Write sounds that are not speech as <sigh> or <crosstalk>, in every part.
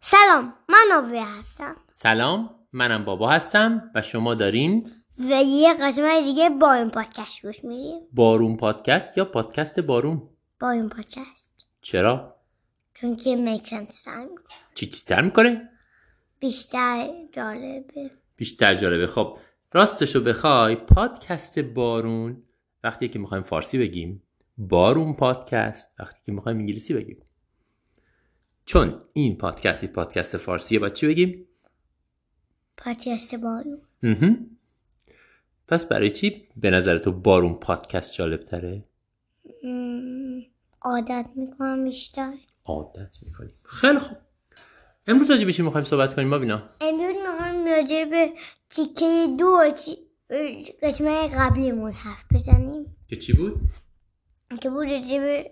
سلام من آوه هستم سلام منم بابا هستم و شما دارین و یه قسمت دیگه با این پادکست گوش میدیم بارون پادکست یا پادکست بارون با این پادکست چرا چون که میکنس تایم چی چی تر میکنه بیشتر جالبه بیشتر جالبه خب راستشو بخوای پادکست بارون وقتی که میخوایم فارسی بگیم بارون پادکست وقتی که میخوایم انگلیسی بگیم چون این پادکستی پادکست فارسیه با چی بگیم پادکست بارون مهم. پس برای چی به نظر تو بارون پادکست جالب تره مم، عادت میکنم بیشتر عادت میکنیم خیلی خوب امروز راجع به چی میخوایم صحبت کنیم مابینا امروز میخوایم راجع به تیکه دو چی- قسمت قبلیمون حرف بزنیم که چی بود که بود راجع به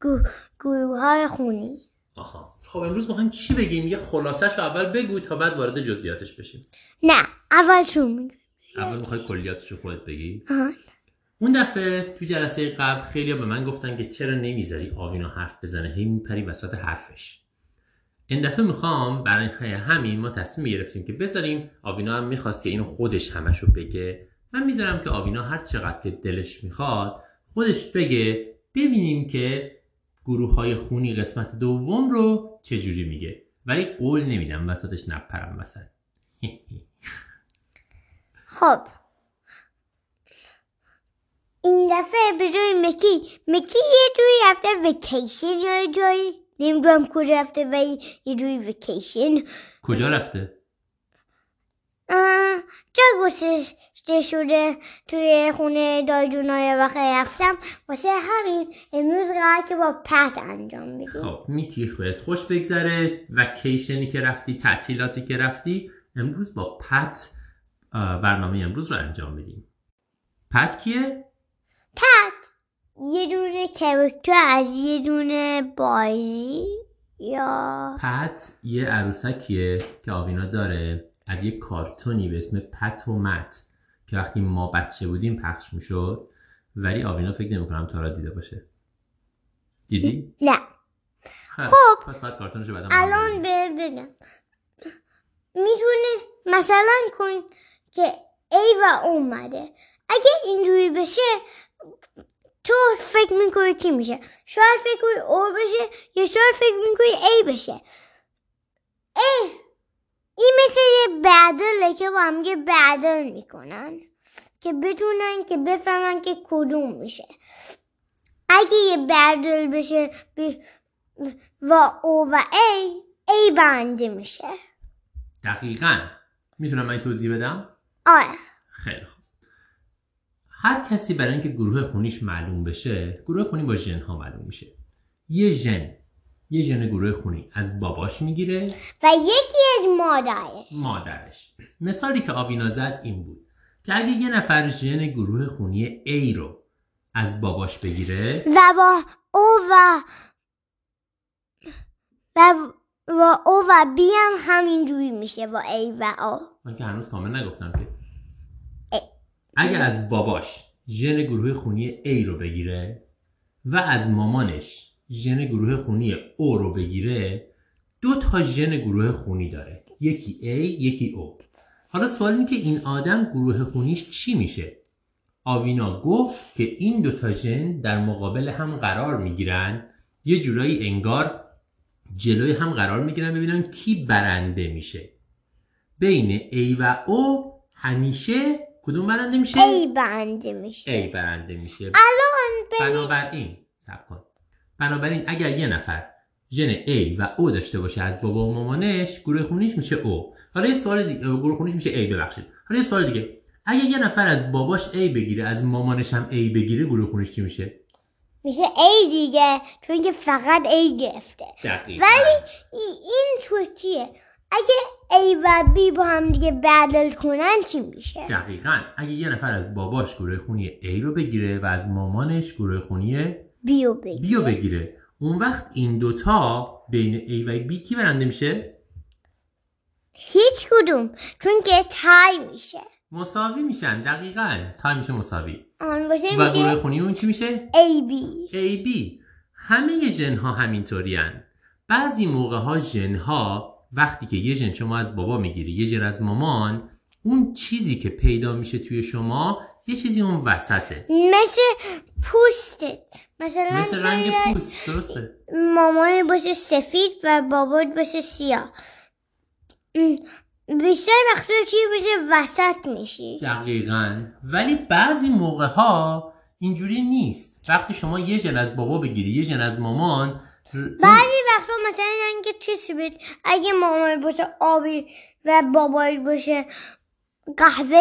گو- گروه های خونی آها خب امروز میخوایم چی بگیم یه خلاصش رو اول بگو تا بعد وارد جزئیاتش بشیم نه اول شروع میکنم اول میخوای کلیاتش رو خودت بگی آها. اون دفعه تو جلسه قبل خیلی به من گفتن که چرا نمیذاری آوینا حرف بزنه هی میپری وسط حرفش این دفعه میخوام برای همین ما تصمیم گرفتیم که بذاریم آوینا هم میخواست که اینو خودش همشو بگه من میذارم که آوینا هر چقدر که دلش میخواد خودش بگه ببینیم که گروه های خونی قسمت دوم رو چجوری میگه ولی قول نمیدم وسطش نپرم وسط <laughs> خب این دفعه به جای مکی مکی یه جوری رفته وکیشن یا جایی نمیدونم کجا رفته ولی یه جوری وکیشن کجا رفته؟ آه، جا گذاشته شده توی خونه دایجونای وقت رفتم واسه همین امروز قرار که با پت انجام بدیم خب میکی خودت خوش بگذره وکیشنی که رفتی تعطیلاتی که رفتی امروز با پت آه، برنامه امروز رو انجام بدیم پت کیه؟ یه دونه کرکتر از یه دونه بازی یا پت یه عروسکیه که آوینا داره از یه کارتونی به اسم پت و مت که وقتی ما بچه بودیم پخش میشد ولی آوینا فکر نمیکنم تارا دیده باشه دیدی؟ نه خب پس بعد کارتونشو بعدا ما الان ببینیم. به بگم میتونه مثلا کن که ایوا اومده اگه اینجوری بشه تو فکر میکنی چی میشه شاید فکر کنی او بشه یا شاید فکر میکنی ای بشه ای این مثل یه بدله که با هم یه بدل میکنن که بتونن که بفهمن که کدوم میشه اگه یه بدل بشه بی- و او و ای ای بنده میشه دقیقا میتونم من توضیح بدم؟ آره خیلی خوب هر کسی برای اینکه گروه خونیش معلوم بشه گروه خونی با ژن ها معلوم میشه یه ژن یه ژن گروه خونی از باباش میگیره و یکی از مادره مادرش مثالی که آوینا زد این بود که اگه یه نفر ژن گروه خونی A رو از باباش بگیره و با او و و و او و بی هم همینجوری میشه با ای و او من که هنوز کامل نگفتم که اگه از باباش ژن گروه خونی A رو بگیره و از مامانش ژن گروه خونی O رو بگیره دو تا ژن گروه خونی داره یکی A یکی O حالا سوال اینه که این آدم گروه خونیش چی میشه آوینا گفت که این دو تا ژن در مقابل هم قرار میگیرن یه جورایی انگار جلوی هم قرار میگیرن ببینن کی برنده میشه بین A و O همیشه کدوم برنده میشه؟ ای بنده میشه A برنده میشه ببین، بنابراین سب کن بنابراین اگر یه نفر ژن A و O داشته باشه از بابا و مامانش گروه خونیش میشه O حالا یه سوال دیگه گروه خونیش میشه A ببخشید حالا یه سوال دیگه اگر یه نفر از باباش A بگیره از مامانش هم A بگیره گروه خونیش چی میشه میشه ای دیگه چون که فقط ای گرفته دقیقاً ولی ای- این چوکیه اگه ای و بی با هم دیگه بدل کنن چی میشه دقیقاً اگه یه نفر از باباش گروه خونی A رو بگیره و از مامانش گروه خونی بیو بی B رو بگیره اون وقت این دوتا بین A و B کی برنده میشه هیچ کدوم چون که تای میشه مساوی میشن دقیقاً تا میشه مساوی آن واسه و گروه میشه خونی اون چی میشه؟ ای بی AB همه ژن ها همینطوری بعضی موقع ها ژن ها وقتی که یه ژن شما از بابا میگیری یه ژن از مامان اون چیزی که پیدا میشه توی شما یه چیزی اون وسطه مثل پوستت مثلا مثل شاید رنگ پوست درسته مامان باشه سفید و بابات باشه سیاه م، بیشتر وقتا چی بشه وسط میشی دقیقا ولی بعضی موقع ها اینجوری نیست وقتی شما یه ژن از بابا بگیری یه ژن از مامان ر- اون- بعضی وقتا مثلا رنگ چیز بود اگه مامان باشه آبی و بابای باشه قهوه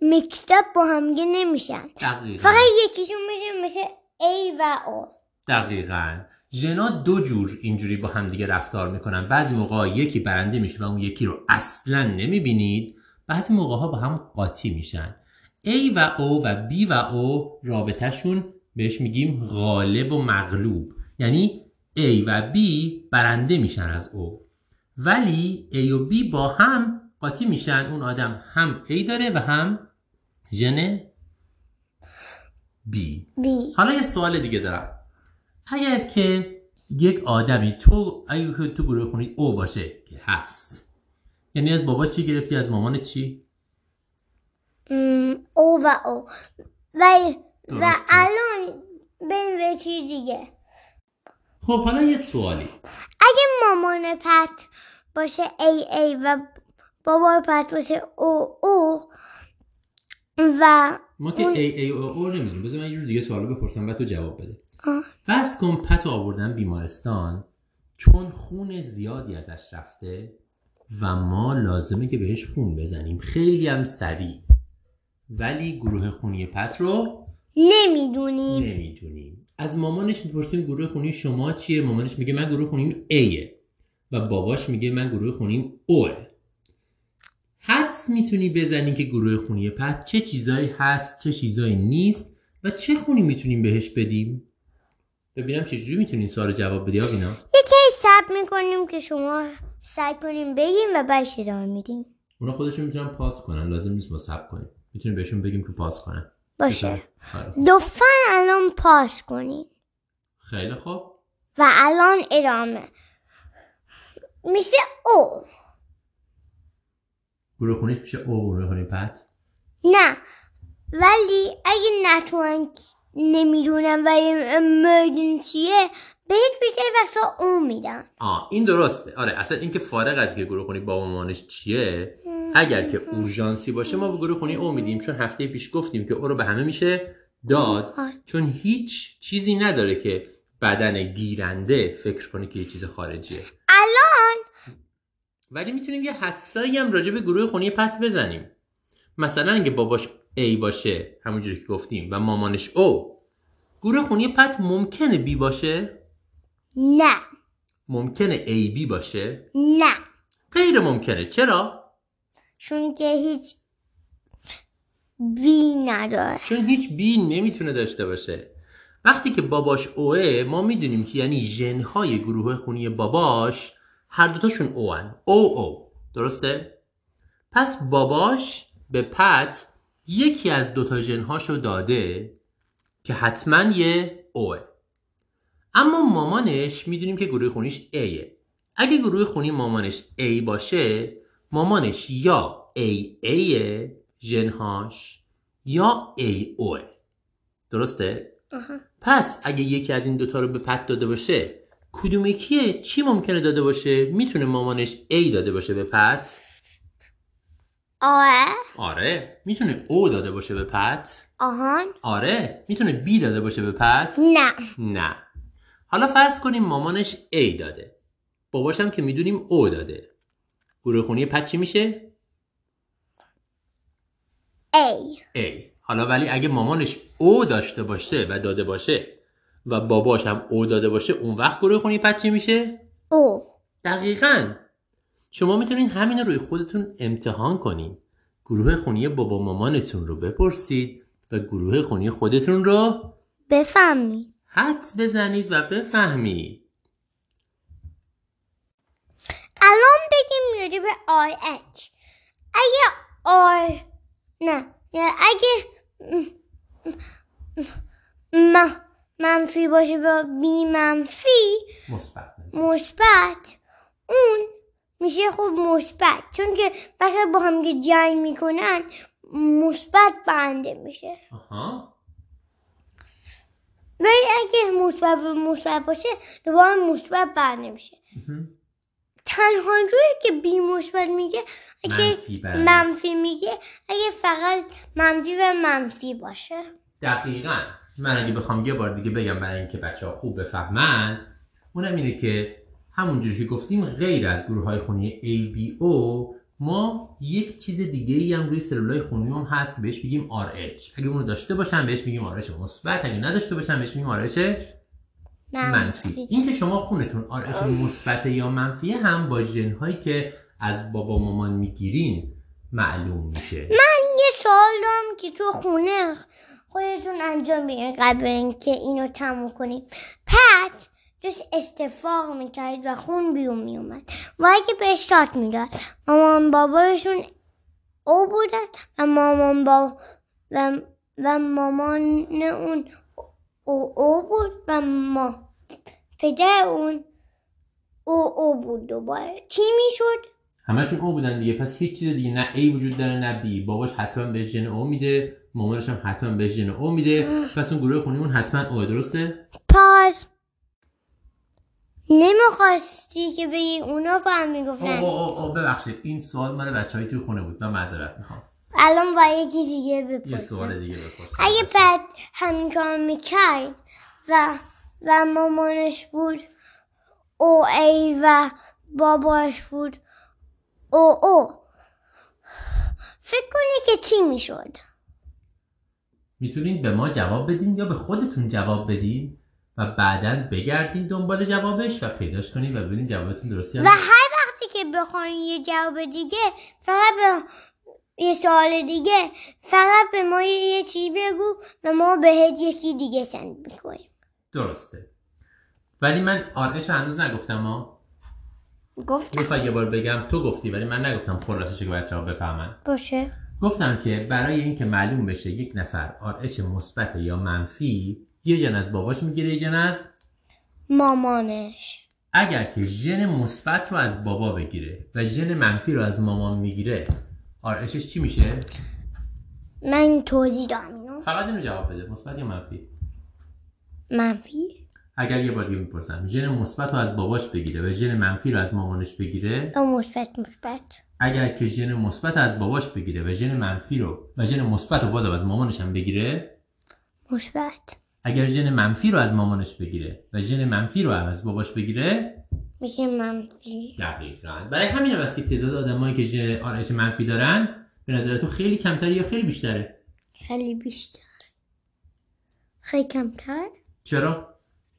میکساب با همگی نمیشن دقیقاً. فقط یکیشون میشه مثل A و O دقیقا ژنا دو جور اینجوری با همدیگه رفتار میکنن بعضی موقع یکی برنده میشه و اون یکی رو اصلا نمیبینید بعضی موقع ها با هم قاطی میشن A و O و B و O رابطهشون بهش میگیم غالب و مغلوب یعنی A و B برنده میشن از O ولی A و B با هم قاطی میشن اون آدم هم A داره و هم ژن B B حالا یه سوال دیگه دارم اگر که یک آدمی تو اگر که تو گروه خونی او باشه که هست یعنی از بابا چی گرفتی از مامان چی م، Mm, O و O و, و درسته. الان بین به چی دیگه خب حالا یه سوالی اگه مامان پت باشه ای ای و بابا پت باشه او او و ما که ای ای او او نمیدونیم بذار من یه جور دیگه سوالو بپرسم و تو جواب بده آه. بس کن پتو آوردن بیمارستان چون خون زیادی ازش رفته و ما لازمه که بهش خون بزنیم خیلی هم سریع ولی گروه خونی پت رو نمیدونیم نمیدونیم از مامانش میپرسیم گروه خونی شما چیه مامانش میگه من گروه خونیم ایه و باباش میگه من گروه خونیم اوه حدس میتونی بزنی که گروه خونی پت چه چیزایی هست چه چیزایی نیست و چه خونی میتونیم بهش بدیم ببینم چجوری میتونیم سوال رو جواب بدی آبینا یکی سب میکنیم که شما سعی کنیم بگیم و بعدش ادامه میدیم اونا خودشون میتونن پاس کنن لازم نیست ما سب کنیم میتونیم بهشون بگیم که پاس کنن باشه آره. دفن الان پاس کنیم خیلی خوب و الان ادامه میشه او گروه خونیش میشه او گروه خونی پت نه ولی اگه نتوان نمیدونم و امرجنسیه بهت بیشتر وقتا او میدم آه این درسته آره اصلا اینکه فارغ از که گروه خونی بابا مامانش چیه اگر که اورژانسی باشه ما به گروه خونی او میدیم چون هفته پیش گفتیم که او رو به همه میشه داد آه. چون هیچ چیزی نداره که بدن گیرنده فکر کنه که یه چیز خارجیه الان ولی میتونیم یه حدسایی هم راجع به گروه خونی پت بزنیم مثلا اگه باباش A باشه همونجوری که گفتیم و مامانش او گروه خونی پت ممکنه B باشه نه ممکنه AB باشه نه غیر ممکنه چرا چون که هیچ بی نداره چون هیچ بی نمیتونه داشته باشه وقتی که باباش اوه ما میدونیم که یعنی ژنهای گروه خونی باباش هر دوتاشون او هن. او او درسته؟ پس باباش به پت یکی از دوتا ژنهاشو داده که حتما یه اوه اما مامانش میدونیم که گروه خونیش ایه اگه گروه خونی مامانش A باشه مامانش یا AA ژنهاش یا AO درسته؟ آها. پس اگه یکی از این دوتا رو به پت داده باشه کدوم یکیه چی ممکنه داده باشه؟ میتونه مامانش A داده باشه به پت؟ آه آره میتونه O داده باشه به پت؟ آهان آره میتونه B داده باشه به پت؟ نه نه حالا فرض کنیم مامانش A داده باباشم که میدونیم O داده گروه خونی پت چی میشه؟ ای A حالا ولی اگه مامانش O داشته باشه و داده باشه و باباش هم O داده باشه اون وقت گروه خونی پت چی میشه؟ او دقیقا شما میتونید همین رو روی خودتون امتحان کنید گروه خونی بابا مامانتون رو بپرسید و گروه خونی خودتون رو بفهمی حدس بزنید و بفهمید الان بگیم راجع به آی اچ اگه آی نه نه اگه م- م- منفی باشه و بی منفی مثبت مثبت اون میشه خب مثبت چون که وقتی با هم که جنگ میکنن مثبت برنده میشه آها ولی اگه مثبت و مثبت باشه دوباره مثبت برنده میشه مهم. تنها جایی که بی مثبت میگه اگه منفی برنده. منفی میگه اگه فقط منفی و منفی باشه دقیقا من اگه بخوام یه بار دیگه بگم برای اینکه بچه ها خوب بفهمن اونم اینه که همونجوری که گفتیم غیر از گروه های خونی ABO ما یک چیز دیگه ای هم روی سلولای خونی هم هست که بهش بگیم RH اگه اونو داشته باشن بهش میگیم RH مثبت اگه نداشته باشن بهش میگیم RH منفی این که شما خونتون آرش مثبت یا منفیه هم با ژن هایی که از بابا مامان میگیرین معلوم میشه یه سوال دارم که تو خونه خودتون انجام میدین قبل اینکه اینو تموم کنیم پت جز استفاق میکرد و خون بیرون میومد و اگه به شات میداد مامان باباشون او بودن و مامان با و, و مامان اون او او بود و ما پدر اون او او بود دوباره چی میشد همشون او بودن دیگه پس هیچ چیز دیگه نه ای وجود داره نه بی باباش حتما بهش ژن او میده مامانش هم حتما بهش ژن او میده پس اون گروه خونی اون حتما او درسته پاس نمیخواستی که بگی اونا با هم او او میگفتن او او ببخشید این سوال مال بچهای توی خونه بود من معذرت میخوام الان با یکی دیگه یه بپرسم سوال دیگه بپرس اگه بعد همین کار میکرد و و مامانش بود او ای و باباش بود او او فکر کنی که چی میشد میتونین به ما جواب بدین یا به خودتون جواب بدین و بعدا بگردین دنبال جوابش و پیداش کنین و ببینین جوابتون درسته یا و نه. هر وقتی که بخواین یه جواب دیگه فقط به یه سوال دیگه فقط به ما یه یه چی بگو و ما بهت یکی دیگه سند میکنیم درسته ولی من آرش رو هنوز نگفتم ها گفتم میخوای یه بار بگم تو گفتی ولی من نگفتم خلاصش که بچه ها بفهمن باشه گفتم که برای اینکه معلوم بشه یک نفر آرش مثبت یا منفی یه ژن از باباش میگیره یه ژن از مامانش اگر که ژن مثبت رو از بابا بگیره و ژن منفی رو از مامان میگیره آرشش چی میشه من توضیح دارم اینو فقط اینو جواب بده مثبت یا منفی منفی اگر یه بار دیگه میپرسم ژن مثبت رو از باباش بگیره و ژن منفی رو از مامانش بگیره و مثبت مثبت اگر که ژن مثبت از باباش بگیره و ژن منفی رو و ژن مثبت رو باز از مامانش هم بگیره مثبت اگر ژن منفی رو از مامانش بگیره و ژن منفی رو هم از باباش بگیره میشه منفی دقیقا برای همین بس که تعداد آدمایی که ژن آرش منفی دارن به نظر تو خیلی کمتره یا خیلی بیشتره خیلی بیشتر خیلی کمتر چرا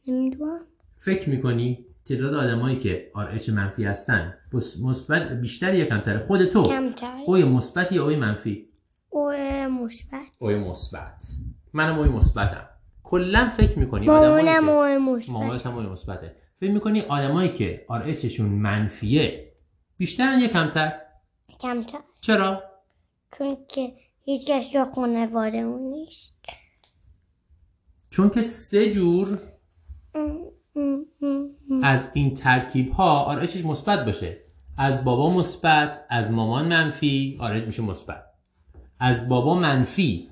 نمیدونم فکر میکنی تعداد آدمایی که آرش منفی هستن بس- مثبت بیشتر یا کمتره خود تو کمتر اوی مثبت یا اوی منفی او مثبت اوی مثبت منم اوی مثبتم کلا فکر میکنی مامانم او مثبت مامانت هم اوی مثبته فکر میکنی آدمایی که آر شون منفیه بیشتر یا کمتر کمتر چرا چون که هیچ کس تو خانواده اون نیست چون که سه جور ام، ام، ام، ام. از این ترکیب ها آر مثبت باشه از بابا مثبت از مامان منفی آرش میشه مثبت از بابا منفی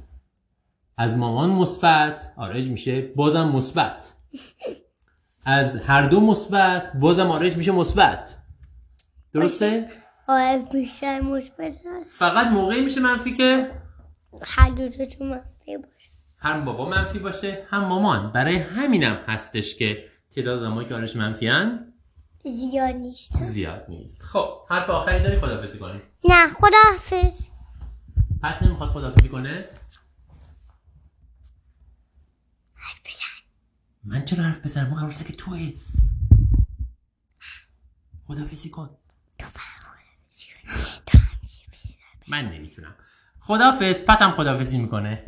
از مامان مثبت آرش میشه بازم مثبت از هر دو مثبت بازم آرش میشه مثبت درسته آره بیشتر مثبت هست فقط موقعی میشه منفی که هر دو تو منفی باشه هم بابا منفی باشه هم مامان برای همینم هستش که تعداد آدمایی که آرش منفیان زیاد نیست زیاد نیست خب حرف آخری داری خدافزی کنیم نه خداحافظ پت نمیخواد خدافزی کنه حرف بزن من چرا حرف بزنم اون عروسک توه خدافزی کن تو فراموش کن. تو همیشه بزن. من نمیتونم خدافز پتم خدافزی میکنه